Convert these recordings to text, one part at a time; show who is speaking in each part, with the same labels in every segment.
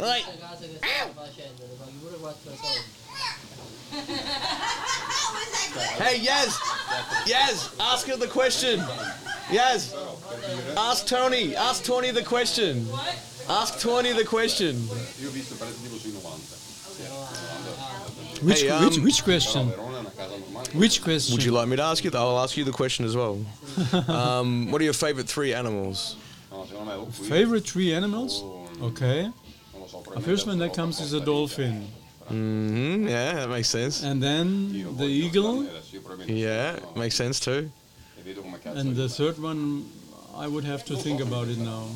Speaker 1: Oy! Hey, Yaz! Yaz, ask her the question! Yaz! Ask Tony! Ask Tony the question!
Speaker 2: What?
Speaker 1: Ask Tony the question!
Speaker 3: Io ho visto per esempio sui 90.
Speaker 4: Which,
Speaker 1: Hey,
Speaker 4: which,
Speaker 1: um,
Speaker 4: which
Speaker 3: Però
Speaker 4: question?
Speaker 3: Verona è una casa normale.
Speaker 4: Which question?
Speaker 1: Would you like me to ask you? that? I'll ask you the question as well. um, what are your favorite three animals?
Speaker 3: No, secondo me o oh, qui,
Speaker 4: Favorite three animals? Okay.
Speaker 3: non lo so,
Speaker 4: The
Speaker 3: probabilmente
Speaker 4: first one that
Speaker 3: Europa,
Speaker 4: comes is
Speaker 3: Costa
Speaker 4: a
Speaker 3: Rica.
Speaker 4: dolphin.
Speaker 1: Mm-hmm, yeah, that makes sense.
Speaker 4: And
Speaker 3: Io
Speaker 4: then the
Speaker 3: voglio
Speaker 4: eagle.
Speaker 3: andare adesso, io probabilmente
Speaker 1: Yeah,
Speaker 3: sono-
Speaker 1: makes sense too.
Speaker 3: e vedo come cazzo
Speaker 4: And the
Speaker 3: arriva.
Speaker 4: third one, I would have to think about it now.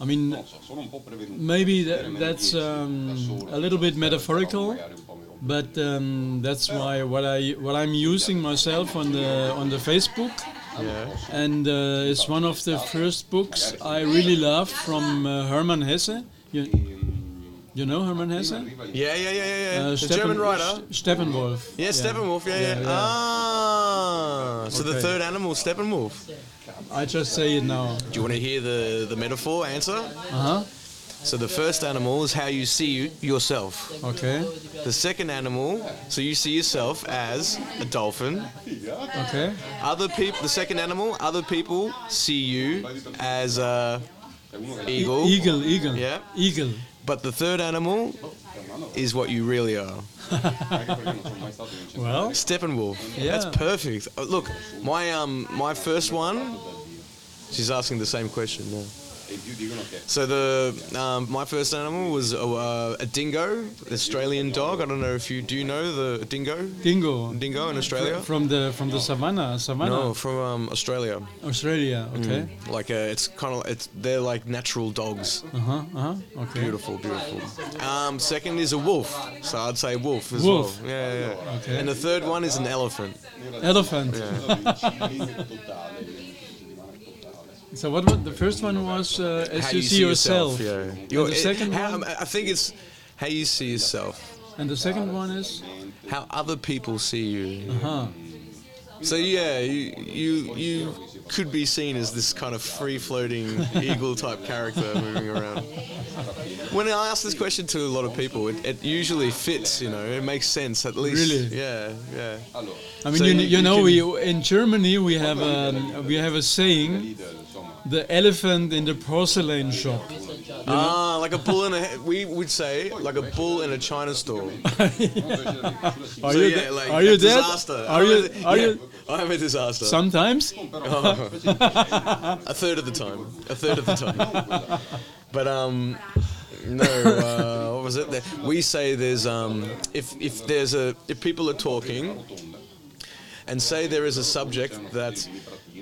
Speaker 4: I mean,
Speaker 3: Non so, sono un po' prevenuto.
Speaker 4: maybe tha-
Speaker 3: Avere meno
Speaker 4: that's
Speaker 3: 10, da
Speaker 4: um,
Speaker 3: solo,
Speaker 4: a little bit metaphorical,
Speaker 3: magari un po' mi rompo.
Speaker 4: but um, that's why what I what I'm using myself on the on the Facebook,
Speaker 1: Yeah.
Speaker 4: and uh, it's one of the first books I really love from uh, Hermann Hesse. You,
Speaker 3: Ehm,
Speaker 4: you know Hermann Hesse?
Speaker 3: arriva in-
Speaker 1: Yeah, yeah, yeah, yeah, yeah.
Speaker 4: Uh,
Speaker 1: the German writer.
Speaker 4: Ste- Steppenwolf.
Speaker 1: Yeah, Steppenwolf. Yeah, yeah. Ah, so the
Speaker 4: Okay.
Speaker 1: third animal, Steppenwolf. Do
Speaker 4: I just say it now.
Speaker 1: you want to hear the the metaphor answer?
Speaker 4: Uh huh.
Speaker 1: So the first animal is how you see yourself.
Speaker 4: Okay.
Speaker 1: The second animal, so you see yourself as a dolphin.
Speaker 4: Okay.
Speaker 1: Other people, the second animal, other people see you as a
Speaker 3: C'è uno che
Speaker 1: eagle.
Speaker 4: Eagle. Eagle.
Speaker 1: Yeah.
Speaker 4: Eagle.
Speaker 1: But the third animal is what you really are.
Speaker 3: anche perché non sono mai stato in centro.
Speaker 4: Well.
Speaker 1: Steppenwolf.
Speaker 4: Yeah.
Speaker 1: That's perfect. Uh, Look, my um my first one. She's asking the same question now.
Speaker 3: E più dicono che
Speaker 1: So the um, my first animal was a, uh, a dingo, Australian dog. I don't know if you do you know the dingo,
Speaker 4: Dingo.
Speaker 1: dingo in Australia.
Speaker 4: From the from the savannah, savannah,
Speaker 1: No, from um, Australia.
Speaker 4: Australia. Okay.
Speaker 1: Like uh, it's kind of it's they're like natural dogs.
Speaker 4: Uh huh. Uh huh. Okay.
Speaker 1: Beautiful, beautiful. Um, second is a wolf. So I'd say wolf as
Speaker 4: Wolf.
Speaker 1: well. Yeah, yeah. yeah.
Speaker 4: Okay.
Speaker 1: And the third one is an elephant.
Speaker 4: Elephant.
Speaker 3: sono in cilindro totale, in settimana totale.
Speaker 4: So what? Was, the first one was uh, as
Speaker 1: How
Speaker 4: you, see yourself,
Speaker 1: Yeah. eh,
Speaker 4: and the second
Speaker 1: how,
Speaker 4: one,
Speaker 1: I think it's how you see yourself.
Speaker 4: and the second one is, uh-huh.
Speaker 1: How other people see you.
Speaker 4: huh?
Speaker 1: So yeah, you you you could be seen as this kind of free floating eagle type character moving around. When I ask this question to a lot of people, it, it usually fits. You know, it makes sense at least.
Speaker 4: Really?
Speaker 1: Yeah, yeah.
Speaker 3: Allora,
Speaker 4: I mean,
Speaker 1: So
Speaker 4: you,
Speaker 1: you-
Speaker 4: you,
Speaker 1: you
Speaker 4: know,
Speaker 1: can-
Speaker 4: we in Germany we have a we have a saying:
Speaker 3: leader, insomma,
Speaker 4: the elephant in the porcelain shop.
Speaker 1: Ah, like a bull in a we would say like a bull in a china store.
Speaker 4: Are
Speaker 1: So,
Speaker 4: you
Speaker 1: yeah,
Speaker 4: the-
Speaker 1: like
Speaker 4: are
Speaker 1: a
Speaker 4: you dead?
Speaker 1: disaster.
Speaker 4: Are you
Speaker 1: I'm a-
Speaker 4: are
Speaker 1: yeah,
Speaker 4: you
Speaker 1: I'm a disaster.
Speaker 4: sometimes?
Speaker 1: A third of the time. A third of the time. but um, no. Uh, what was it? The- We say there's um, if if there's a if people are talking, and say there is a subject that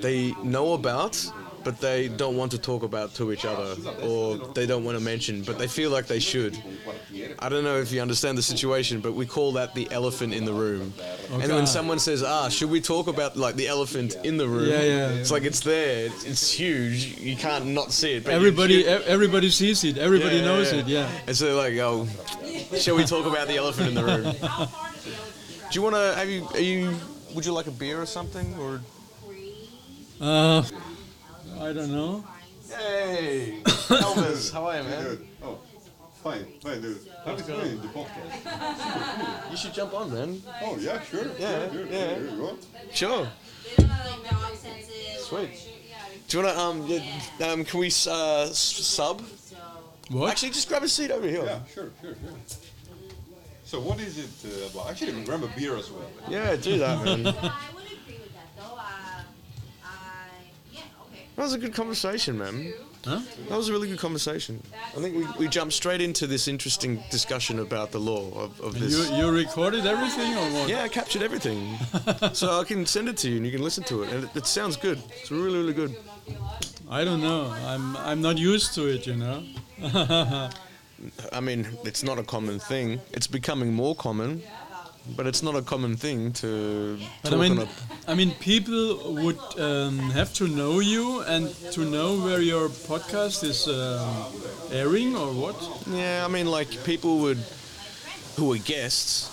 Speaker 1: they know about. But they don't want to talk about to each other, or they don't want to mention, but they feel like they should. I don't know if you understand the situation, but we call that the elephant in the room. And when someone says, "Ah, should we talk about like the elephant in the room?"
Speaker 4: Yeah, yeah.
Speaker 1: It's like it's there. It's, it's huge. You can't not see it. But you-
Speaker 4: Everybody
Speaker 1: you-
Speaker 4: e- everybody sees it. Everybody knows it. Yeah.
Speaker 1: And so like, oh, shall we talk about the elephant in the room? Do you want to? Have you? Are you? Would you like a beer or something? Or
Speaker 4: Uh, I don't know.
Speaker 1: hey, Elvis, how are you, man?
Speaker 3: Dude, oh, fine, fine, dude. How is doing the podcast?
Speaker 1: You should jump on, man.
Speaker 3: Oh, yeah, sure.
Speaker 1: Yeah,
Speaker 3: sure,
Speaker 1: yeah.
Speaker 3: Sure, sure.
Speaker 1: Sure. Sweet. Do you want to? Um, yeah, um, can we uh, s- sub?
Speaker 4: What?
Speaker 1: Actually, just grab a seat over here.
Speaker 3: Yeah, sure, sure, sure. So what is it uh, about? Actually, we grab a beer as well.
Speaker 1: Yeah, do that, man. That
Speaker 5: Uh,
Speaker 1: was a good conversation, man.
Speaker 4: Huh?
Speaker 1: That was a really good conversation. I think we, we jumped straight into this interesting discussion about the law of, of
Speaker 4: You
Speaker 1: this.
Speaker 4: you recorded everything or what?
Speaker 1: Yeah, I captured everything. so I can send it to you and you can listen to it. And it, it sounds good. It's really, really good.
Speaker 4: I don't know. I'm I'm not used to it. You know.
Speaker 1: I mean, it's not a common thing. It's becoming more common, but it's not a common thing to
Speaker 4: But I
Speaker 1: talk
Speaker 4: mean,
Speaker 1: on a
Speaker 4: I mean, people would um, have to know you and to know where your podcast is um, airing or what.
Speaker 1: Yeah, I mean, like people would, who were guests,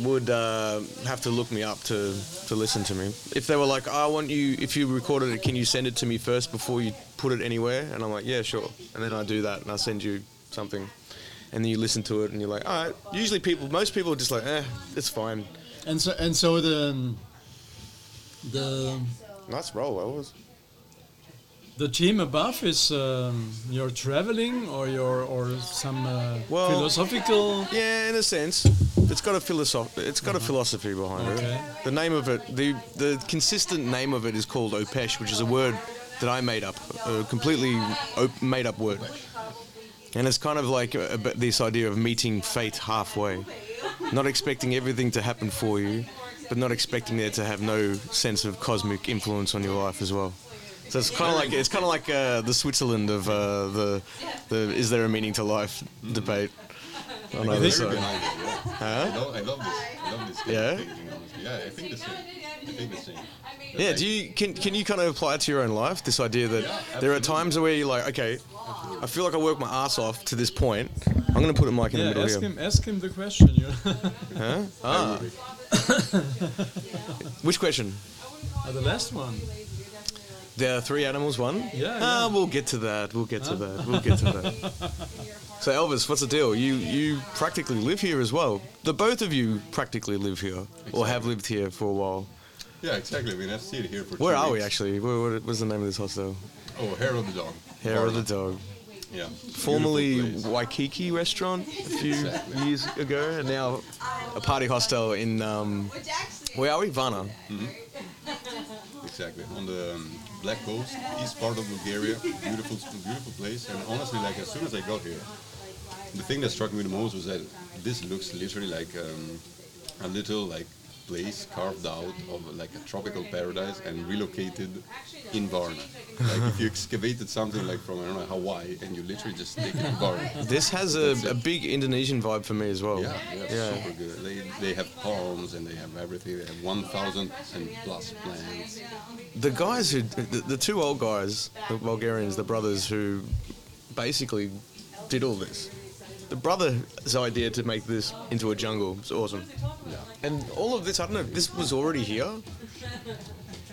Speaker 1: would uh, have to look me up to, to listen to me. If they were like, I want you, if you recorded it, can you send it to me first before you put it anywhere? And I'm like, yeah, sure. And then I do that and I send you something. And then you listen to it and you're like, all right. Usually people, most people are just like, eh, it's fine.
Speaker 4: And so and so the the
Speaker 1: Nice roll, I was.
Speaker 4: the team above is um, your traveling or your or some uh,
Speaker 1: Well-
Speaker 4: philosophical.
Speaker 1: Yeah, in a sense, it's got a philosoph- It's got a philosophy behind
Speaker 4: Okay.
Speaker 1: it. The name of it, the the consistent name of it is called opesh, which is a word that I made up, a completely op- made up word. And it's kind of like a, a bit this idea of meeting fate halfway, not expecting everything to happen for you, but not expecting there to have no sense of cosmic influence on your life as well. So it's kind of like it's kind of like uh, the Switzerland of uh, the the is there a meaning to life debate. On
Speaker 3: I
Speaker 1: either
Speaker 3: think I
Speaker 1: Oh, side.
Speaker 3: I love, I love this. I love this. Kind
Speaker 1: Yeah?
Speaker 3: Of thinking, honestly. Yeah, I think the same. I think the same.
Speaker 1: Yeah, do you can can you kind of apply it to your own life? This idea that
Speaker 3: Yeah,
Speaker 1: there are
Speaker 3: absolutely.
Speaker 1: times where you're like, okay, I feel like I work my ass off to this point. I'm gonna put a mic in
Speaker 4: Yeah,
Speaker 1: the middle
Speaker 4: ask
Speaker 1: here.
Speaker 4: him ask him the question. You
Speaker 1: Huh? Ah. Which question?
Speaker 4: Uh, the last one.
Speaker 1: There are three animals. One.
Speaker 4: Yeah,
Speaker 1: Ah,
Speaker 4: yeah.
Speaker 1: we'll get to that. We'll get to that. We'll get to that. so Elvis, what's the deal? You you practically live here as well. The both of you practically live here or have lived here for a while.
Speaker 3: Yeah, exactly. I mean, I've stayed here for.
Speaker 1: Where
Speaker 3: two
Speaker 1: are we
Speaker 3: weeks.
Speaker 1: actually? Where, what was the name of this hostel?
Speaker 3: Oh, Harold the dog.
Speaker 1: Hair of the Dog.
Speaker 3: Yeah.
Speaker 1: formerly
Speaker 3: Beautiful place.
Speaker 1: Waikiki restaurant a few
Speaker 3: Exactly.
Speaker 1: years ago, and now a party hostel in um, where are we? Varna.
Speaker 3: Exactly on the um, black coast, east part of Bulgaria. Beautiful, beautiful place. And honestly, like as soon as I got here, the thing that struck me the most was that this looks literally like um, a little like place carved out of like a tropical paradise and relocated in Varna. Like if you excavated something like from I don't know Hawaii and you literally just stick it in Varna.
Speaker 1: This has a, a big Indonesian vibe for me as well.
Speaker 3: Yeah, yeah, super good. They, they have palms and they have everything. They have 1,000 and plus plants.
Speaker 1: The guys who, the, the two old guys, the Bulgarians, the brothers who basically did all this. The brother's idea to make this into a jungle is awesome. And all of this, I don't know, this was already here.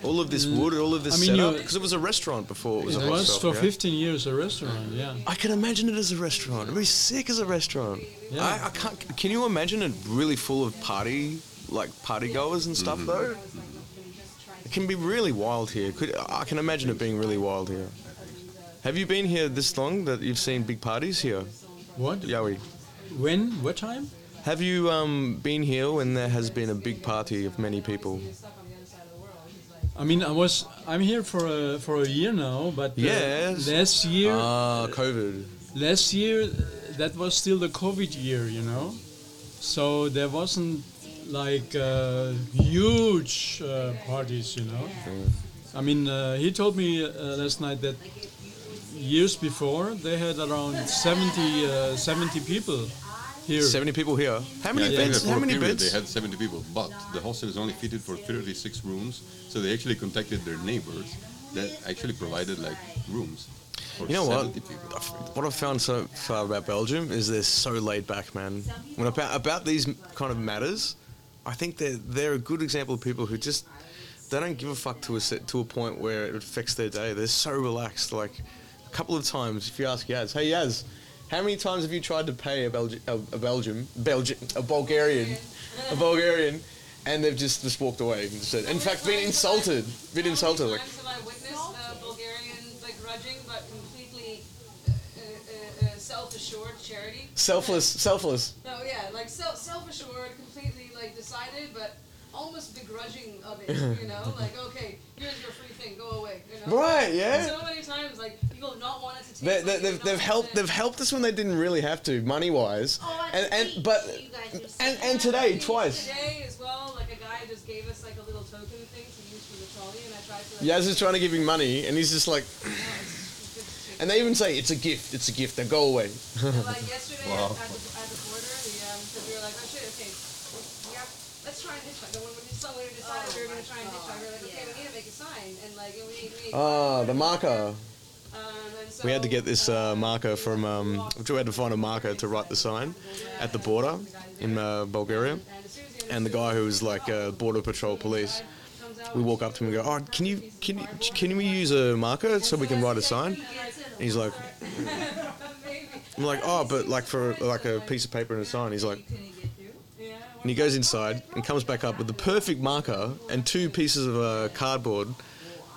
Speaker 1: All of this wood, all of this
Speaker 4: I mean, you-
Speaker 1: setup, because it was a restaurant before it was
Speaker 4: It
Speaker 1: a
Speaker 4: was
Speaker 1: hostel.
Speaker 4: for
Speaker 1: yeah?
Speaker 4: 15 years a restaurant. Yeah.
Speaker 1: I can imagine it as a restaurant. It'd be sick as a restaurant.
Speaker 4: Yeah.
Speaker 1: I, I can't. Can you imagine it really full of party, like party goers and stuff though? It can be really wild here. Could I can imagine it being really wild here. Have you been here this long that you've seen big parties here,
Speaker 4: What?
Speaker 1: Yowie?
Speaker 4: When? What time?
Speaker 1: Have you um, been here when there has been a big party of many people?
Speaker 4: I mean, I was I'm here for a for a year now, but uh,
Speaker 1: Yes.
Speaker 4: last year
Speaker 1: Ah, COVID.
Speaker 4: last year uh, that was still the COVID year, you know, so there wasn't like uh, huge uh, parties, you know. I mean, uh, he told me uh, last night that years before they had around 70, uh, 70 people here.
Speaker 1: Seventy people here. How many
Speaker 4: Yeah,
Speaker 1: beds?
Speaker 3: For
Speaker 1: How
Speaker 3: a
Speaker 1: many
Speaker 3: period, They
Speaker 1: beds?
Speaker 3: had 70 people, but the hostel is only fitted for 36 rooms. So they actually contacted their neighbors that actually provided like rooms. For
Speaker 1: You know what?
Speaker 3: 70 People.
Speaker 1: I've- What I've found so far about Belgium is they're so laid back, man. When about about these m- kind of matters, I think they're they're a good example of people who just they don't give a fuck to a set, to a point where it affects their day. They're so relaxed. Like a couple of times, if you ask Yaz, hey Yaz, how many times have you tried to pay a, Belgi- a, a Belgium, Belgian, a Bulgarian, a Bulgarian? And they've just, just walked away and said, in fact, been insulted, been insulted. Like,
Speaker 2: Times have I witnessed a Bulgarian begrudging but completely uh, uh, uh, self-assured charity.
Speaker 1: selfless, selfless.
Speaker 2: No, yeah, like self self-assured, completely like decided, but almost begrudging of it. You know, like okay, here's your free thing, go away. You know?
Speaker 1: Right, yeah.
Speaker 2: So many times, like people have not wanted to take.
Speaker 1: They,
Speaker 2: something
Speaker 1: they, they've,
Speaker 2: not
Speaker 1: they've helped
Speaker 2: wanted.
Speaker 1: they've helped us when they didn't really have to money wise,
Speaker 5: oh,
Speaker 1: and and but and, and today twice.
Speaker 2: Today as well, like a guy just gave us like a little token thing to use for the trolley, and I tried to. Like,
Speaker 1: Yaz is trying to give him money, and he's just like,
Speaker 2: "No, it's good to take
Speaker 1: and they even say it's a gift, it's a gift. Now go away.
Speaker 2: like yesterday
Speaker 3: Wow.
Speaker 2: at, the, at the border, the, um, 'cause we were like, oh shit, okay, we have, let's try and hitchhike. The one when we decided we were going to try and hitchhike, we were like, okay, we need to make a sign, and like, and we need, we need
Speaker 1: Ah, the marker.
Speaker 2: um, and so um,
Speaker 1: We had to get this uh, marker from. Um, we had to find a marker to write the sign at the border in uh, Bulgaria.
Speaker 2: And as soon as he
Speaker 1: and the guy who was like uh, border patrol police. We walk up to him and go, "Oh, can you can you, can we use a marker so we can write a sign?" And he's like, "I'm like, oh, but like for like a piece of paper and a sign." He's like, and he goes inside and comes back up with the perfect marker and two pieces of uh, cardboard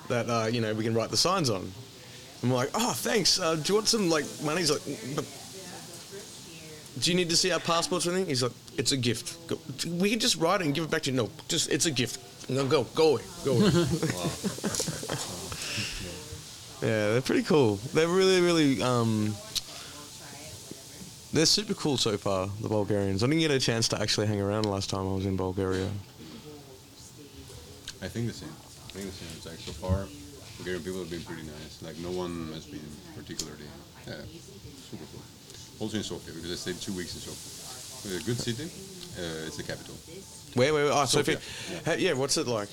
Speaker 1: that uh, you know we can write the signs on. I'm like, oh, thanks. Uh, do you want some like money? He's like, "Mm, but do you need to see our passports or anything? He's like, it's a gift. Go, we can just write it and give it back to you. No, just it's a gift. No, go, go away, go away. yeah, they're pretty cool. They're really, really. Um, they're super cool so far, the Bulgarians. I didn't get a chance to actually hang around last time I was in Bulgaria.
Speaker 3: I think the same. I think the same. It's like so far, Bulgarian people have been pretty nice. Like no one has been particularly yeah, super cool. Also in Sofia because I stayed two weeks in Sofia. It's a good city. Uh, it's the capital.
Speaker 1: Where, where, oh, Sofia.
Speaker 3: Yeah.
Speaker 1: Hey, Yeah, what's it like?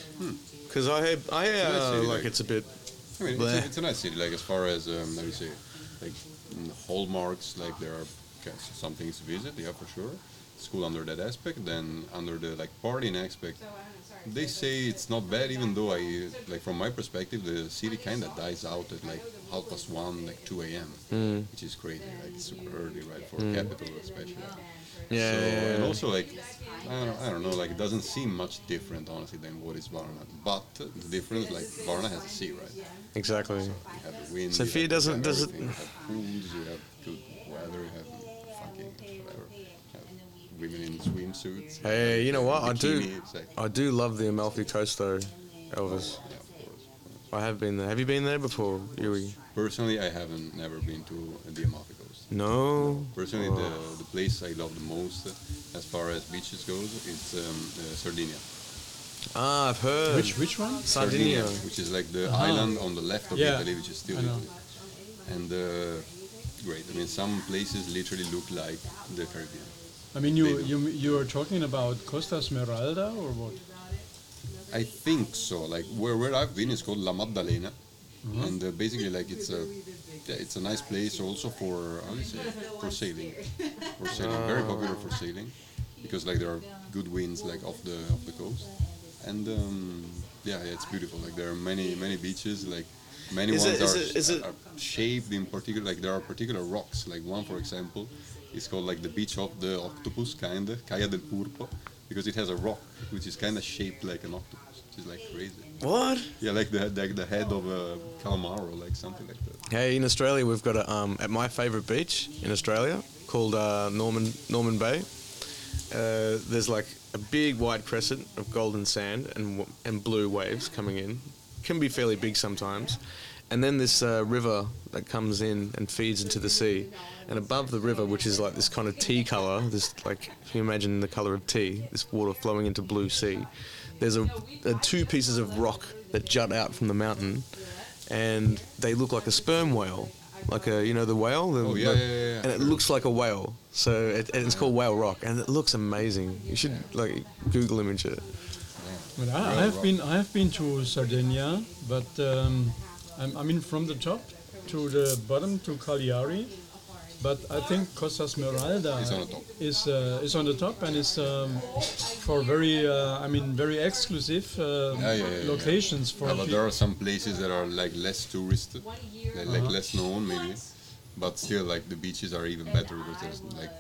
Speaker 1: Because I hear, I hear
Speaker 3: It's a nice
Speaker 1: uh,
Speaker 3: city,
Speaker 1: like
Speaker 3: like-
Speaker 1: it's a bit.
Speaker 3: I mean,
Speaker 1: Bleh.
Speaker 3: it's a, it's a nice city. Like as far as um, let me say, like mm, hallmarks, like there are ca- some things to visit. Yeah, for sure. It's cool under that aspect. Then under the like partying aspect, they say it's not bad. Even though I like from my perspective, the city kind of dies out at like half past one, like two a.m.,
Speaker 1: Hmm.
Speaker 3: which is crazy. Like it's super early, right, for a capital especially.
Speaker 1: Yeah,
Speaker 3: So,
Speaker 1: yeah,
Speaker 3: and
Speaker 1: yeah.
Speaker 3: also like I don't, I don't know like it doesn't seem much different honestly than what is Varna but the difference like Varna has a sea right
Speaker 1: exactly.
Speaker 3: you have the wind.
Speaker 1: Sophia
Speaker 3: you have
Speaker 1: doesn't-
Speaker 3: everything,
Speaker 1: doesn't-
Speaker 3: You have pools. You have good weather. You have fucking whatever. You have women in swimsuits.
Speaker 1: Hey, you know what? I do,
Speaker 3: bikinis, like-
Speaker 1: I do love the Amalfi Coast though, Elvis.
Speaker 3: Yeah, of course.
Speaker 1: I have been there. Have you been there before, Yui?
Speaker 3: Personally, I haven't never been to the Amalfi Coast.
Speaker 1: No.
Speaker 3: Personally,
Speaker 1: Oh.
Speaker 3: the, the place I love the most, uh, as far as beaches goes, is um, uh, Sardinia.
Speaker 1: Ah, I've heard.
Speaker 4: Which which one?
Speaker 1: Sardinia. Ah.
Speaker 3: which is like the island on the left of
Speaker 4: Yeah,
Speaker 3: Italy, which is still
Speaker 4: I know.
Speaker 3: Italy. And uh, great. I mean, some places literally look like the Caribbean.
Speaker 4: I mean, you you you are talking about Costa Smeralda or what?
Speaker 3: I think so. Like where, where I've been is called La Maddalena,
Speaker 1: Mm-hmm.
Speaker 3: and uh, basically like it's a yeah, it's a nice place also for how do you say for sailing, for sailing
Speaker 1: Ah.
Speaker 3: very popular for sailing, because like there are good winds like off the off the coast, and um, yeah, yeah, it's beautiful. Like there are many many beaches like. Many
Speaker 1: Is
Speaker 3: ones
Speaker 1: it- is
Speaker 3: are,
Speaker 1: it- is it-
Speaker 3: are shaped in particular, like there are particular rocks. Like one, for example, is called like the beach of the octopus, kinda Caia del Purpo, because it has a rock which is kind of shaped like an octopus, which is like crazy.
Speaker 1: What?
Speaker 3: Yeah, like the like the head of a calamaro, like something like that.
Speaker 1: Hey, in Australia, we've got a um, at my favourite beach in Australia called uh, Norman Norman Bay. Uh, there's like a big white crescent of golden sand and w- and blue waves coming in. Can be fairly big sometimes, and then this uh, river that comes in and feeds into the sea, and above the river, which is like this kind of tea colour, this like if you imagine the colour of tea, this water flowing into blue sea. There's a, a two pieces of rock that jut out from the mountain, and they look like a sperm whale, like a you know the whale. The,
Speaker 3: Oh, yeah,
Speaker 1: the-
Speaker 3: yeah, yeah, yeah.
Speaker 1: And it looks like a whale, so it, and it's called Whale Rock, and it looks amazing. You should like Google image it.
Speaker 4: Well, I, I have been I have been to Sardinia, but um, I'm, I mean from the top to the bottom to Cagliari, but I think Costa Smeralda
Speaker 3: It's on the top.
Speaker 4: is uh, is on the top and is um, for very uh, I mean very exclusive uh,
Speaker 3: yeah, yeah, yeah.
Speaker 4: locations for
Speaker 3: Yeah, but
Speaker 4: peo-
Speaker 3: there are some places that are like less touristed, like, like
Speaker 4: Uh-huh.
Speaker 3: less known maybe, but still like the beaches are even better because there's like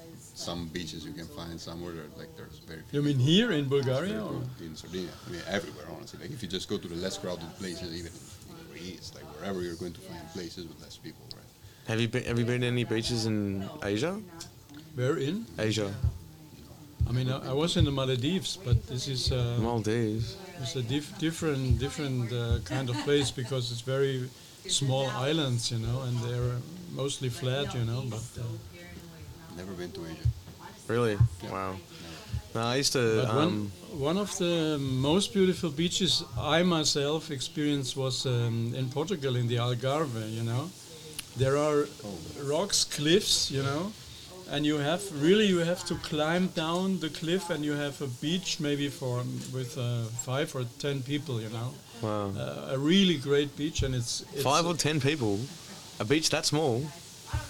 Speaker 3: some beaches you can find somewhere that like there's very few.
Speaker 4: You mean here in Bulgaria? Or?
Speaker 3: in Sardinia. I mean, everywhere, honestly. Like, if you just go to the less crowded places, even in Greece, like wherever you're going to find places with less people, right?
Speaker 1: Have you been Have you been to any beaches in Asia?
Speaker 4: Where in?
Speaker 1: Asia,
Speaker 4: I mean, I, I was in the Maldives, but this is uh,
Speaker 1: Maldives.
Speaker 4: it's a diff- different different uh, kind of place because it's very small islands, you know, and they're mostly flat, you know. But uh,
Speaker 3: Never been to Asia.
Speaker 1: Really? Wow. No, I used to.
Speaker 4: but
Speaker 1: Um,
Speaker 4: one one of the most beautiful beaches I myself experienced was um, in Portugal in the Algarve, you know. There are rocks, cliffs, you know, and you have really you have to climb down the cliff, and you have a beach maybe for with uh, five or ten people, you know.
Speaker 1: wow.
Speaker 4: Uh, a really great beach, and it's, it's
Speaker 1: Five or ten people, a beach that small.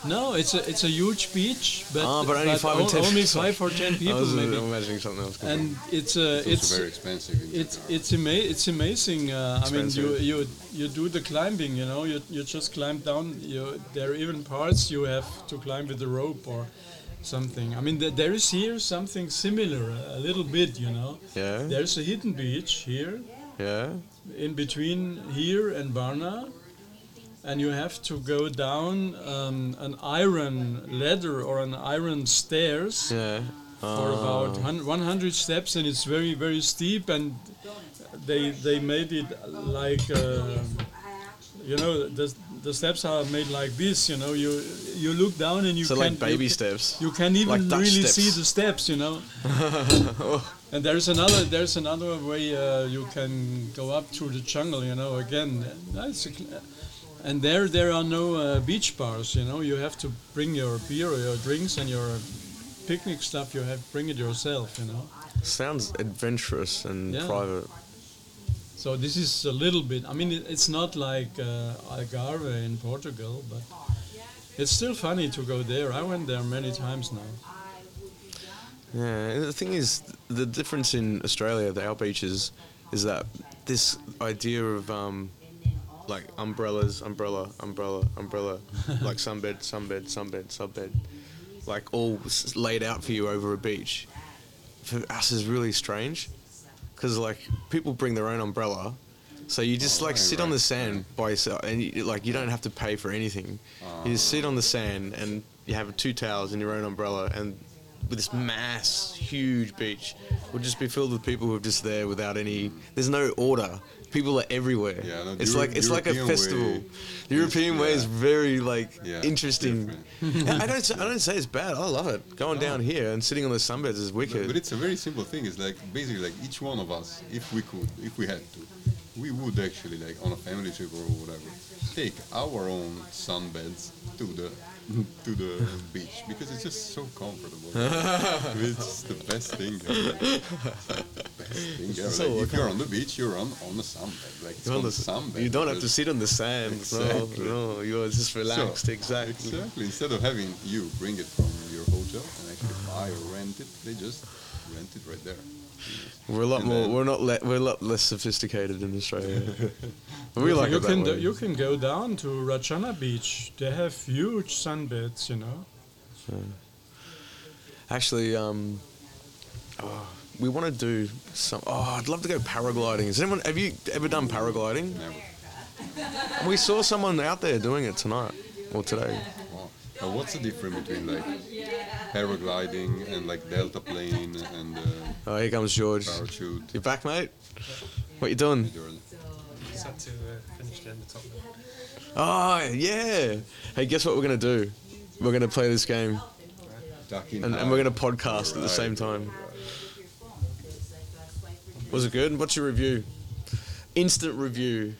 Speaker 4: No, it's a it's a huge beach, but,
Speaker 1: Ah, but only five or
Speaker 4: o-
Speaker 1: 10
Speaker 4: only five or ten
Speaker 1: I
Speaker 4: people
Speaker 1: was uh,
Speaker 4: maybe.
Speaker 1: imagining something else.
Speaker 4: And it's a
Speaker 3: It's, also
Speaker 4: it's
Speaker 3: very expensive. in
Speaker 4: it's
Speaker 3: Qatar.
Speaker 4: it's ama- it's amazing. Uh, I mean, you
Speaker 1: Expensive.
Speaker 4: you you do the climbing. You know, you you just climb down. You there are even parts you have to climb with a rope or something. I mean, th- there is here something similar, a little bit. You know,
Speaker 1: yeah,
Speaker 4: there's a hidden beach here
Speaker 1: yeah.
Speaker 4: in between here and Varna, and you have to go down um, an iron ladder or an iron stairs
Speaker 1: Yeah. Um,
Speaker 4: for about hun- 100 steps, and it's very very steep. And they they made it like uh, you know the the steps are made like this. You know you you look down and you
Speaker 1: So
Speaker 4: can
Speaker 1: like baby
Speaker 4: you,
Speaker 1: steps.
Speaker 4: you can even
Speaker 1: like Dutch
Speaker 4: really
Speaker 1: steps.
Speaker 4: see the steps. You know.
Speaker 1: Oh,
Speaker 4: And there's another there's another way uh, you can go up through the jungle, you know. Again, that's a cl- and there there are no uh, beach bars, you know. You have to bring your beer or your drinks and your picnic stuff. You have bring it yourself, you know.
Speaker 1: Sounds adventurous and
Speaker 4: Yeah.
Speaker 1: private.
Speaker 4: So this is a little bit. I mean, it, it's not like uh, Algarve in Portugal, but it's still funny to go there. I went there many times now.
Speaker 1: Yeah, and the thing is, the difference in Australia, the our beaches, is that this idea of um, like umbrellas, umbrella, umbrella, umbrella, like sunbed, sunbed, sunbed, sunbed, like all s- laid out for you over a beach, for us is really strange, because like people bring their own umbrella. So you just like
Speaker 3: right,
Speaker 1: sit on
Speaker 3: right,
Speaker 1: the sand by yourself, and you, like you don't have to pay for anything. You just sit on the sand, and you have two towels and your own umbrella, and with this mass, huge beach will just be filled with people who are just there without any. There's no order. People are everywhere.
Speaker 3: Yeah, no, the
Speaker 1: it's
Speaker 3: Euro-
Speaker 1: like it's like a
Speaker 3: European
Speaker 1: festival.
Speaker 3: way
Speaker 1: the European way is
Speaker 3: yeah.
Speaker 1: very like
Speaker 3: Yeah,
Speaker 1: interesting. I don't say, I don't say it's bad. I love it. Going down here and sitting on the sunbeds is wicked.
Speaker 3: But it's a very simple thing. It's like basically like each one of us, if we could, if we had to, we would actually like on a family trip or whatever, take our own sunbeds to the to the beach because it's just so comfortable. it's the best thing. Ever. Best thing ever.
Speaker 1: so
Speaker 3: Like, if you're on the beach, you're on on a sunbed. Like it's
Speaker 1: You're on
Speaker 3: called
Speaker 1: the s-
Speaker 3: sunbed.
Speaker 1: you don't have to
Speaker 3: because-
Speaker 1: sit on the sand.
Speaker 3: Exactly.
Speaker 1: No, no, you're just relaxed.
Speaker 3: So,
Speaker 1: exactly.
Speaker 3: Exactly. Instead of having you bring it from your hotel and actually buy or rent it, they just rent it right there.
Speaker 1: We're a lot
Speaker 3: And
Speaker 1: more.
Speaker 3: then-
Speaker 1: we're not. Le- we're a lot less sophisticated in Australia. we like
Speaker 4: you
Speaker 1: it that
Speaker 4: can
Speaker 1: way.
Speaker 4: do- you can go down to Rajana Beach. They have huge sunbeds, you know.
Speaker 1: Actually, um, oh, we want to do some. Oh, I'd love to go paragliding. Has anyone have you ever done paragliding?
Speaker 3: Never.
Speaker 1: We saw someone out there doing it tonight or today.
Speaker 3: Wow. Now, what's the difference between like paragliding and like delta plane and uh,
Speaker 1: Oh, here comes George.
Speaker 3: parachute?
Speaker 1: You back, mate? What you doing?
Speaker 6: Just had to uh, finish down the top. now.
Speaker 1: Oh, yeah. Hey, guess what we're gonna do? We're gonna play this game
Speaker 3: Ducking
Speaker 1: and, and we're gonna podcast at the same time. Was it good? What's your review? Instant review.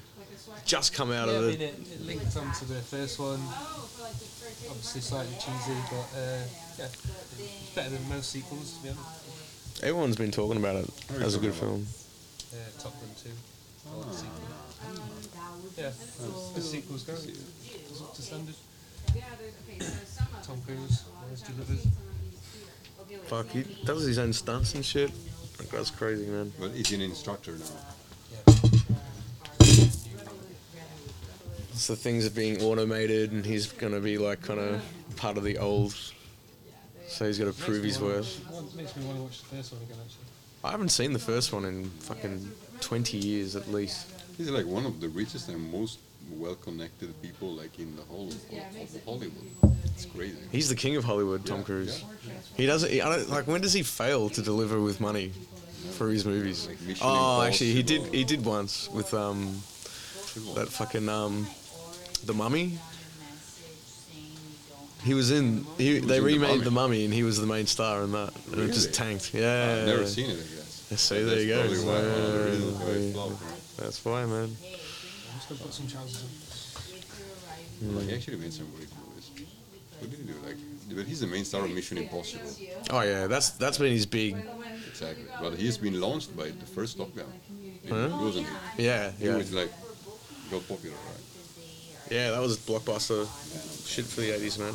Speaker 1: Just come out
Speaker 6: Yeah, I
Speaker 1: of
Speaker 6: mean,
Speaker 1: it.
Speaker 6: it, it linked on to the first one. Obviously, slightly cheesy, but uh, yeah, it's better than most sequels, to be honest.
Speaker 1: Everyone's been talking about it as a good film.
Speaker 6: Uh, Top Gun 2. I like the sequel. Yeah, the sequel's great. It's up to standard. Tom Cruise always delivers.
Speaker 1: Fuck, he does his own stunts and shit. Like, that's crazy, man.
Speaker 3: But he's an instructor now.
Speaker 1: It's the things are being automated, and he's gonna be like kind of part of the old. So he's got to prove his worth.
Speaker 6: It makes me want to watch the first one again, actually.
Speaker 1: I haven't seen the first one in fucking 20 years at least.
Speaker 3: He's like one of the richest and most well-connected people like in the whole of, of, of Hollywood. It's crazy.
Speaker 1: He's the king of Hollywood, Tom
Speaker 3: Yeah,
Speaker 1: Cruise. He doesn't. He, I don't, like when does he fail to deliver with money for his movies?
Speaker 3: Like Mission
Speaker 1: oh, actually, he did.
Speaker 3: Impossible.
Speaker 1: He did once with um that fucking um the Mummy. He was in. He,
Speaker 3: was
Speaker 1: they
Speaker 3: in The
Speaker 1: remade
Speaker 3: Mummy.
Speaker 1: the mummy. and he was the main star in that, and it just
Speaker 3: Really?
Speaker 1: tanked. Yeah,
Speaker 3: I've never seen it, I guess.
Speaker 1: Yeah, so there you go.
Speaker 3: probably why- one of the reasons why it
Speaker 1: Yeah.
Speaker 3: flopped, right?
Speaker 1: That's why, man.
Speaker 6: I'm just going to put some trousers on.
Speaker 3: Like, he actually made some great movies. What did he do? Like, but he's the main star of Mission Impossible.
Speaker 1: Oh yeah, that's that's been his big.
Speaker 3: Exactly. But he's been launched by the first Top Gun,
Speaker 1: Huh?
Speaker 3: wasn't he?
Speaker 1: Yeah,
Speaker 3: He
Speaker 1: yeah.
Speaker 3: was like, got popular, right?
Speaker 1: Yeah, that was blockbuster shit for the 80s, man.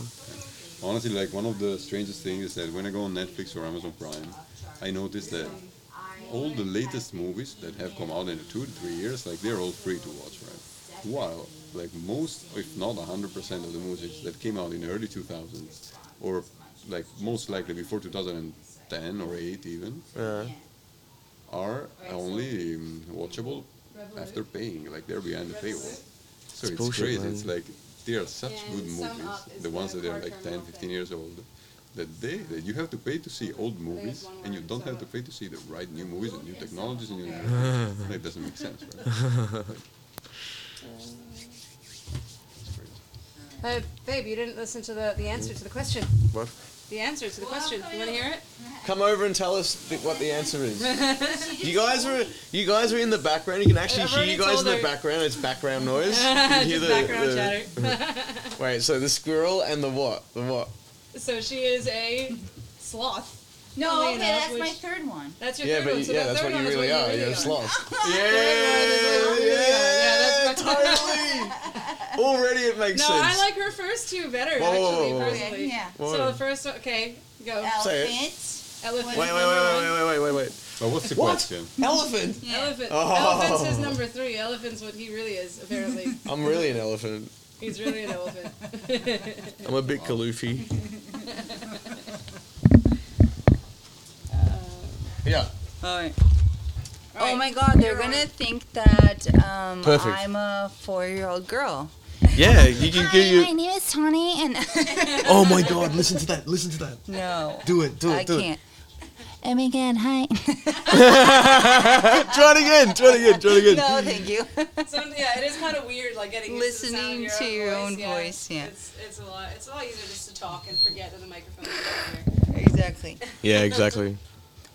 Speaker 3: Honestly, like one of the strangest things is that when I go on Netflix or Amazon Prime, I notice that all the latest movies that have come out in two to three years, like they're all free to watch, right? While like most, if not 100% of the movies that came out in the early 2000s, or like most likely before 2010 or 8 even,
Speaker 1: Yeah.
Speaker 3: are only um, watchable after paying. Like they're behind the paywall. So it's
Speaker 1: bullshit,
Speaker 3: crazy.
Speaker 1: man.
Speaker 3: It's like they are such
Speaker 2: And
Speaker 3: good
Speaker 2: sum
Speaker 3: movies.
Speaker 2: up is
Speaker 3: The ones
Speaker 2: the
Speaker 3: that are
Speaker 2: part
Speaker 3: like
Speaker 2: from
Speaker 3: 10,
Speaker 2: nothing.
Speaker 3: 15 years old. That they that you have to pay to see old movies,
Speaker 2: one
Speaker 3: and you
Speaker 2: word,
Speaker 3: don't
Speaker 2: sum
Speaker 3: have to
Speaker 2: up.
Speaker 3: pay to see the right new movies and new technologies and new. that doesn't make sense, right?
Speaker 7: Uh, babe, you didn't listen to the, the answer to the question.
Speaker 1: What?
Speaker 7: The answer to the question. You want to hear it?
Speaker 1: Come over and tell us th- what the answer is. you guys were you guys were in the background. You can actually
Speaker 7: I've
Speaker 1: hear you
Speaker 7: already
Speaker 1: guys in
Speaker 7: told
Speaker 1: the
Speaker 7: her.
Speaker 1: background. It's background noise. You can hear
Speaker 7: Just
Speaker 1: the- the-
Speaker 7: background chatter.
Speaker 1: Wait, so the squirrel and the what? The what?
Speaker 7: So she is a sloth.
Speaker 5: No,
Speaker 7: Funnily
Speaker 5: okay,
Speaker 7: enough,
Speaker 5: that's my
Speaker 7: which-
Speaker 5: third one.
Speaker 7: That's your
Speaker 1: yeah,
Speaker 7: third
Speaker 1: but
Speaker 7: one. So
Speaker 1: yeah,
Speaker 7: that
Speaker 1: that's
Speaker 7: third
Speaker 1: what you
Speaker 7: one is
Speaker 1: really are.
Speaker 7: Really
Speaker 1: You're a sloth. yeah,
Speaker 7: Yeah,
Speaker 1: yeah,
Speaker 7: that's
Speaker 1: totally. Already it makes
Speaker 7: No,
Speaker 1: sense.
Speaker 7: I like her first two better,
Speaker 1: Whoa, whoa,
Speaker 7: actually,
Speaker 1: whoa, whoa.
Speaker 7: personally.
Speaker 5: Yeah.
Speaker 1: Whoa.
Speaker 7: So the first one, okay, go.
Speaker 1: Say it.
Speaker 5: Elephant.
Speaker 7: Elephant.
Speaker 1: wait, wait, wait, wait, wait, wait, wait, wait.
Speaker 3: But what's the
Speaker 1: What?
Speaker 3: question?
Speaker 1: Elephant.
Speaker 7: Elephant.
Speaker 1: Oh.
Speaker 7: Elephant's his number three. Elephant's what he really is, apparently.
Speaker 1: I'm really an elephant.
Speaker 7: He's really an elephant.
Speaker 1: I'm a bit kaloofy. yeah.
Speaker 5: Alright.
Speaker 7: Alright,
Speaker 5: Oh my god, they're
Speaker 7: you're on.
Speaker 5: gonna think that um,
Speaker 1: Perfect.
Speaker 5: I'm a four year old girl.
Speaker 1: Yeah, you can
Speaker 5: Hi,
Speaker 1: give you.
Speaker 5: my name is Tony and
Speaker 1: Oh my god, listen to that, listen to that.
Speaker 5: No.
Speaker 1: Do it, do it,
Speaker 5: I
Speaker 1: do
Speaker 5: can't. And again, hi.
Speaker 1: it. Try it again, try it again, try it again.
Speaker 5: no, thank you.
Speaker 7: Some, yeah, it is kind of weird, like getting used to the sound of
Speaker 5: Listening
Speaker 7: your
Speaker 5: to your
Speaker 7: own
Speaker 5: own
Speaker 7: voice.
Speaker 5: voice, yeah.
Speaker 7: It's, it's a lot. It's a lot easier just to talk and forget that the microphone is on here.
Speaker 5: exactly.
Speaker 1: Yeah, exactly.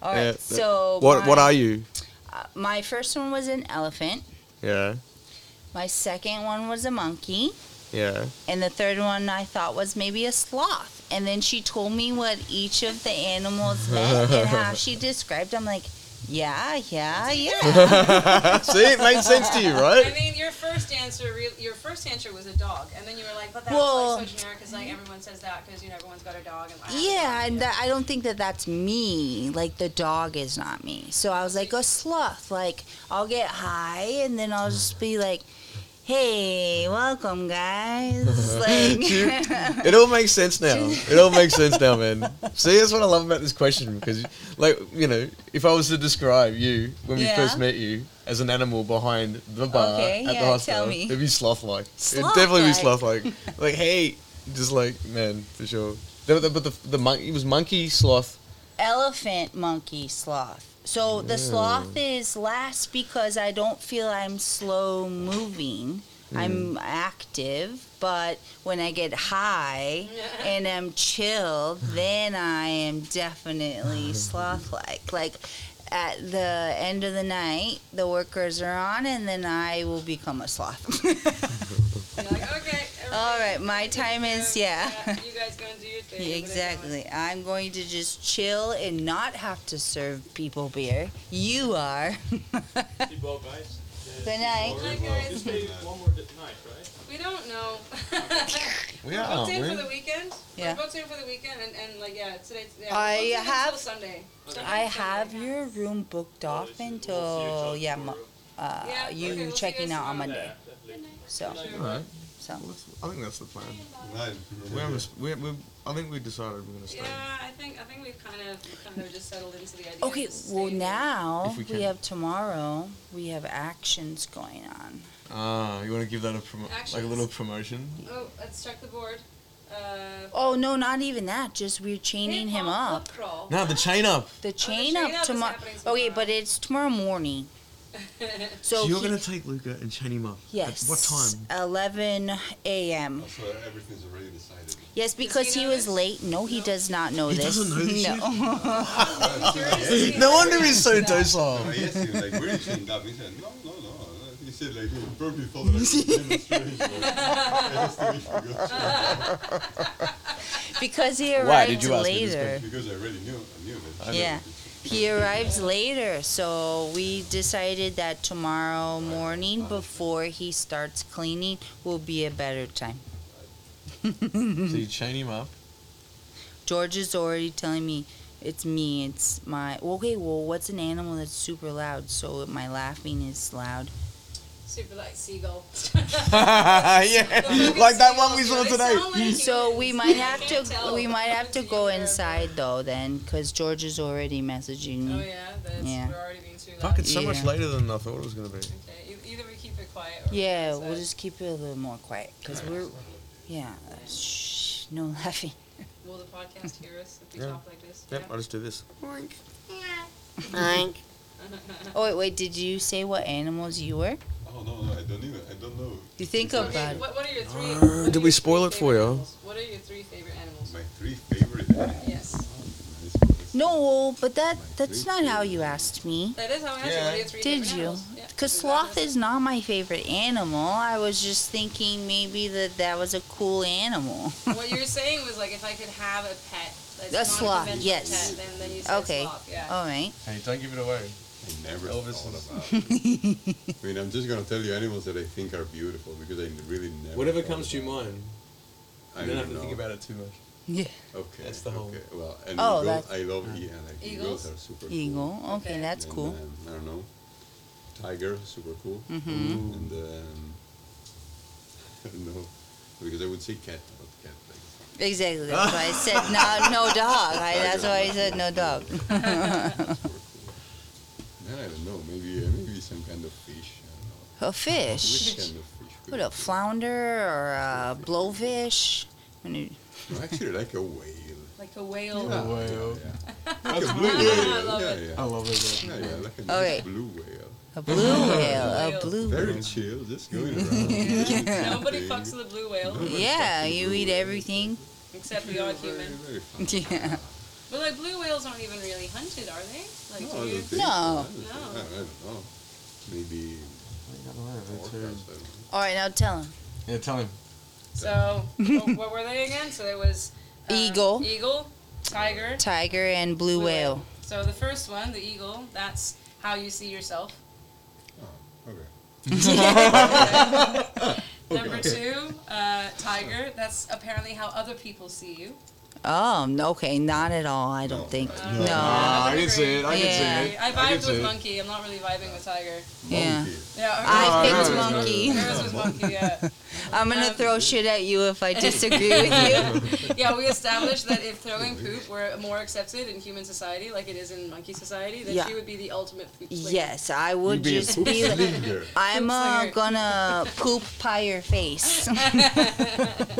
Speaker 5: All right.
Speaker 1: Yeah, that-
Speaker 5: so
Speaker 1: What
Speaker 5: Oh, my,
Speaker 1: what are you?
Speaker 5: uh, my first one was an elephant.
Speaker 1: Yeah,
Speaker 5: My second one was a monkey,
Speaker 1: yeah.
Speaker 5: and the third one I thought was maybe a sloth. And then she told me what each of the animals meant and how she described. I'm like, yeah, yeah, yeah.
Speaker 1: See, it makes sense to you,
Speaker 7: I
Speaker 5: Uh,
Speaker 1: right?
Speaker 7: mean, your first answer, re- your first answer was a dog, and then you were like, "But that's
Speaker 5: Well-
Speaker 7: like so generic, because like everyone says that, because you know everyone's got a dog." And I have a
Speaker 5: yeah,
Speaker 7: dog.
Speaker 5: and that, I don't think that that's me. Like the dog is not me. So I was like a sloth. Like I'll get high and then I'll just be like, hey, welcome guys. Like.
Speaker 1: It all makes sense now. It all makes sense now, man. See, that's what I love about this question because, like, you know, if I was to describe you when we
Speaker 5: Yeah.
Speaker 1: first met you as an animal behind the bar at
Speaker 5: Okay, yeah,
Speaker 1: the
Speaker 5: tell
Speaker 1: hostel,
Speaker 5: me.
Speaker 1: it'd be sloth-like. it'd
Speaker 5: Sloth-like.
Speaker 1: definitely be sloth-like. like, hey, just like, man, for sure. The- the- But the, the, monkey it was monkey sloth.
Speaker 5: elephant monkey sloth. So the sloth is last because I don't feel I'm slow moving. I'm active, but when I get high and I'm chilled, then I am definitely sloth like. Like at the end of the night, the workers are on, and then I will become a sloth.
Speaker 7: You're like, okay.
Speaker 5: All
Speaker 7: everybody,
Speaker 5: right, Uh, my time is,
Speaker 7: you know,
Speaker 5: yeah.
Speaker 7: You guys go and do your thing.
Speaker 5: Yeah,
Speaker 7: but everyone-
Speaker 5: exactly. I'm going to just chill and not have to serve people beer. You are.
Speaker 8: People, guys. Uh,
Speaker 5: Good night.
Speaker 8: tomorrow.
Speaker 7: Hi, guys.
Speaker 8: This day one more th- night, right?
Speaker 7: We don't know.
Speaker 1: We
Speaker 7: We're
Speaker 1: are,
Speaker 7: booked in for
Speaker 1: man.
Speaker 7: the weekend.
Speaker 5: Yeah.
Speaker 7: We're booked in for the weekend, and, and like yeah, today. Yeah,
Speaker 5: I
Speaker 7: we're booked in until
Speaker 5: have-
Speaker 7: Sunday.
Speaker 5: I have your room booked off until yeah, mo- uh,
Speaker 7: Yeah,
Speaker 5: you
Speaker 7: okay, we'll see
Speaker 5: checking
Speaker 7: you guys
Speaker 5: out on
Speaker 7: tomorrow.
Speaker 5: Monday. So,
Speaker 1: All right.
Speaker 5: so
Speaker 1: I think that's the plan.
Speaker 3: Right.
Speaker 1: We haven't. We, we, I think we decided we're gonna stay.
Speaker 7: Yeah, I think I think we've kind of we've kind of just settled into the idea.
Speaker 5: okay.
Speaker 7: of just
Speaker 5: Well,
Speaker 7: staying.
Speaker 5: now
Speaker 1: If we
Speaker 5: we,
Speaker 1: can.
Speaker 5: have tomorrow. We have actions going on.
Speaker 1: Ah, you want to give that a promo- like a
Speaker 7: Actions.
Speaker 1: little promotion?
Speaker 7: Oh, let's check the board. Uh,
Speaker 5: Oh no, not even that. Just we're chaining him
Speaker 7: hip-hop
Speaker 5: up.
Speaker 7: pub crawl.
Speaker 1: No, the chain up.
Speaker 5: The chain
Speaker 7: Oh, chain
Speaker 5: up
Speaker 7: up is
Speaker 5: tomorrow.
Speaker 7: happening
Speaker 5: Okay,
Speaker 7: tomorrow.
Speaker 5: but it's tomorrow morning. So
Speaker 1: So you're
Speaker 5: he-
Speaker 1: gonna take Luca and chain him up.
Speaker 5: Yes.
Speaker 1: At what time?
Speaker 5: 11 a.m.
Speaker 3: Also, everything's already decided.
Speaker 5: Yes, because
Speaker 7: he
Speaker 5: he
Speaker 7: know
Speaker 5: was
Speaker 7: this?
Speaker 5: late. No, he does not know
Speaker 1: He
Speaker 5: this.
Speaker 1: doesn't know this
Speaker 5: no.
Speaker 1: No wonder he's so docile.
Speaker 3: I asked him like, "Where is he?" And he said, "No, no, no." He said like, "You probably thought like a demonstration." I just think he forgot.
Speaker 5: because he
Speaker 1: Why
Speaker 5: arrived
Speaker 1: did you ask me this
Speaker 5: later.
Speaker 3: Because I already knew, I knew that.
Speaker 5: Yeah. He arrives later, so we decided that tomorrow morning before he starts cleaning will be a better time.
Speaker 1: So you chain him up.
Speaker 5: George is already telling me it's me, it's my. Okay, well, what's an animal that's super loud? So my laughing is loud.
Speaker 7: Super like seagull. Oh,
Speaker 1: yeah, like that one we saw today.
Speaker 5: So we might have to we might have to go inside though then, because George is already messaging
Speaker 7: Oh
Speaker 5: me.
Speaker 7: yeah, that's,
Speaker 5: Yeah.
Speaker 7: we're already being too loud.
Speaker 1: Fuck, it's so much
Speaker 5: Yeah.
Speaker 1: later than I thought it was gonna be.
Speaker 7: Okay, e- either we keep it quiet. Or we
Speaker 5: Yeah,
Speaker 7: go
Speaker 5: we'll
Speaker 7: inside.
Speaker 5: just keep it a little more quiet, cause we're yeah. Shh, no laughing.
Speaker 7: Will the podcast hear us if we
Speaker 1: Yeah.
Speaker 7: talk like this?
Speaker 1: Yep, I just do this.
Speaker 5: Oh wait, wait. Did you say what animals you were?
Speaker 3: Oh no, no, I don't even. I don't know.
Speaker 5: You think about it.
Speaker 7: What, what are your three? what are
Speaker 1: did
Speaker 7: your
Speaker 1: we
Speaker 7: three
Speaker 1: spoil it for
Speaker 7: favorite
Speaker 1: you?
Speaker 7: Animals? What are your three favorite animals?
Speaker 3: My three favorite. animals.
Speaker 7: Yes,
Speaker 5: No, but that that's not how you asked me.
Speaker 7: that is how I asked you. What are your three
Speaker 5: Did
Speaker 7: favorite
Speaker 5: you?
Speaker 7: animals? Yeah.
Speaker 5: Because sloth is not my favorite animal. I was just thinking maybe that that was a cool animal.
Speaker 7: what you were saying was like if I could have a pet. That's
Speaker 5: A
Speaker 7: not
Speaker 5: sloth,
Speaker 7: conventional
Speaker 5: yes.
Speaker 7: Pet, then, then you said
Speaker 5: Okay. Oh.
Speaker 7: Sloth, yeah.
Speaker 5: All right.
Speaker 1: Hey, don't give it away.
Speaker 3: I never
Speaker 1: Elvis
Speaker 3: thought
Speaker 1: is-
Speaker 3: about it. I mean, I'm just gonna tell you animals that I think are beautiful because I really never.
Speaker 1: Whatever
Speaker 3: thought
Speaker 1: comes to
Speaker 3: about
Speaker 1: your mind,
Speaker 3: it. I
Speaker 1: you don't
Speaker 3: don't
Speaker 1: have to
Speaker 3: know.
Speaker 1: think about it too much.
Speaker 5: Yeah.
Speaker 3: Okay.
Speaker 1: That's the whole- Ah.
Speaker 3: Okay. Well, and
Speaker 5: Oh,
Speaker 3: eagles,
Speaker 5: that's-
Speaker 3: I love yeah, like eagles.
Speaker 7: Eagles?
Speaker 3: are super. cool.
Speaker 5: Eagle. Okay,
Speaker 7: Okay.
Speaker 5: that's
Speaker 3: And,
Speaker 5: cool.
Speaker 3: Um, I don't know. Tiger, super cool.
Speaker 5: Mm-hmm.
Speaker 3: And um, I don't know because I would say cat, but cat like.
Speaker 5: Exactly. That's why I said no, no dog. I, that's why I said no dog.
Speaker 3: Then I don't know. Maybe uh, maybe some kind of fish. I don't know.
Speaker 5: A
Speaker 3: Which
Speaker 5: fish.
Speaker 3: kind of fish? could
Speaker 5: What a
Speaker 3: it be?
Speaker 5: flounder or a blowfish. When you-
Speaker 3: No, actually, like a whale.
Speaker 7: Like a whale.
Speaker 3: Like a blue whale.
Speaker 7: I love
Speaker 3: yeah,
Speaker 7: it.
Speaker 3: yeah.
Speaker 4: I love it.
Speaker 3: Yeah, yeah, like a nice
Speaker 5: Okay.
Speaker 3: blue whale.
Speaker 5: A blue whale. A
Speaker 7: Whale.
Speaker 5: blue
Speaker 3: Very
Speaker 5: whale.
Speaker 3: chill, just going around. yeah.
Speaker 7: Nobody fucks with a blue whale
Speaker 5: Yeah, you eat everything.
Speaker 7: except the odd
Speaker 3: Very,
Speaker 7: human.
Speaker 3: very fun.
Speaker 5: Yeah.
Speaker 7: But like blue whales aren't even really hunted, are they? Like
Speaker 3: No, I
Speaker 7: do you?
Speaker 3: don't think so.
Speaker 5: No.
Speaker 3: I don't think- I don't- I don't know. Maybe orcas, I don't know. uh,
Speaker 5: All right, now tell him.
Speaker 1: Yeah, tell him.
Speaker 7: So what, what were they again? So there was uh,
Speaker 5: Eagle.
Speaker 7: eagle, tiger,
Speaker 5: Tiger and blue whale.
Speaker 7: So the first one, the eagle, that's how you see yourself.
Speaker 3: Okay.
Speaker 7: Number two, uh, tiger, that's apparently how other people see you.
Speaker 5: Oh, n- okay, not at all. I don't think. No.
Speaker 1: Ah, I can see it. I can see
Speaker 7: Yeah,
Speaker 1: it.
Speaker 7: I
Speaker 1: I can
Speaker 7: vibed
Speaker 1: see
Speaker 7: with
Speaker 1: it.
Speaker 7: monkey. I'm not really vibing with tiger.
Speaker 5: Yeah.
Speaker 3: Monkey.
Speaker 7: Yeah,
Speaker 5: I
Speaker 7: hers-
Speaker 5: picked
Speaker 1: no, no,
Speaker 5: monkey.
Speaker 7: hers was monkey. Yeah.
Speaker 5: I'm gonna throw shit at you if I disagree with you.
Speaker 7: yeah, we established that if throwing poop were more accepted in human society, like it is in monkey society, then
Speaker 5: Yeah.
Speaker 7: she would be the ultimate poop. slinger.
Speaker 5: Yes, I would
Speaker 1: be a
Speaker 5: just be like,
Speaker 3: Finger.
Speaker 5: I'm uh,
Speaker 7: Poop slinger.
Speaker 5: gonna poop pie your face.
Speaker 9: Are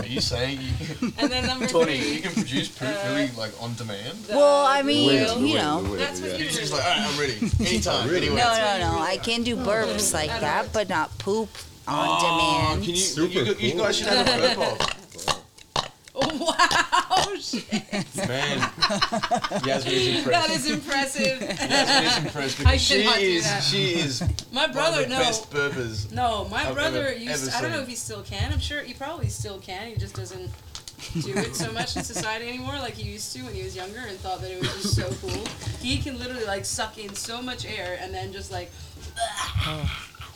Speaker 9: you saying you,
Speaker 7: And then number
Speaker 9: Tony, you
Speaker 7: three.
Speaker 9: can produce poop really like on demand?
Speaker 7: the-
Speaker 5: well, I mean,
Speaker 3: Yeah, the
Speaker 5: you
Speaker 3: whale,
Speaker 5: know.
Speaker 3: the whale,
Speaker 7: That's what
Speaker 3: yeah.
Speaker 7: you
Speaker 9: She's like, alright, I'm ready. Anytime,
Speaker 3: Really?
Speaker 9: anywhere.
Speaker 5: No, no, no. I can do burps like that, but not poop on demand.
Speaker 9: Oh, Can you,
Speaker 3: Super
Speaker 9: you, you, you
Speaker 3: cool.
Speaker 9: guys should have a burp off.
Speaker 7: Wow, shit,
Speaker 9: Man,
Speaker 1: Yasmin is
Speaker 7: that
Speaker 1: impressed.
Speaker 7: is impressive.
Speaker 9: Yasmin is impressed because she
Speaker 7: cannot do that.
Speaker 9: is, she is
Speaker 7: My
Speaker 9: one of
Speaker 7: brother,
Speaker 9: the
Speaker 7: no.
Speaker 9: best burpers.
Speaker 7: No, my
Speaker 9: I've
Speaker 7: brother
Speaker 9: ever-
Speaker 7: used.
Speaker 9: ever
Speaker 7: I don't know
Speaker 9: seen.
Speaker 7: if he still can. I'm sure he probably still can. He just doesn't do it so much in society anymore, like he used to when he was younger, and thought that it was just so cool. He can literally like suck in so much air and then just like.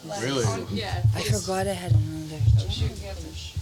Speaker 7: like,
Speaker 9: Really?
Speaker 7: on- yeah.
Speaker 5: I
Speaker 7: it's-
Speaker 5: forgot I had another.
Speaker 7: Oh, shoot, we have to-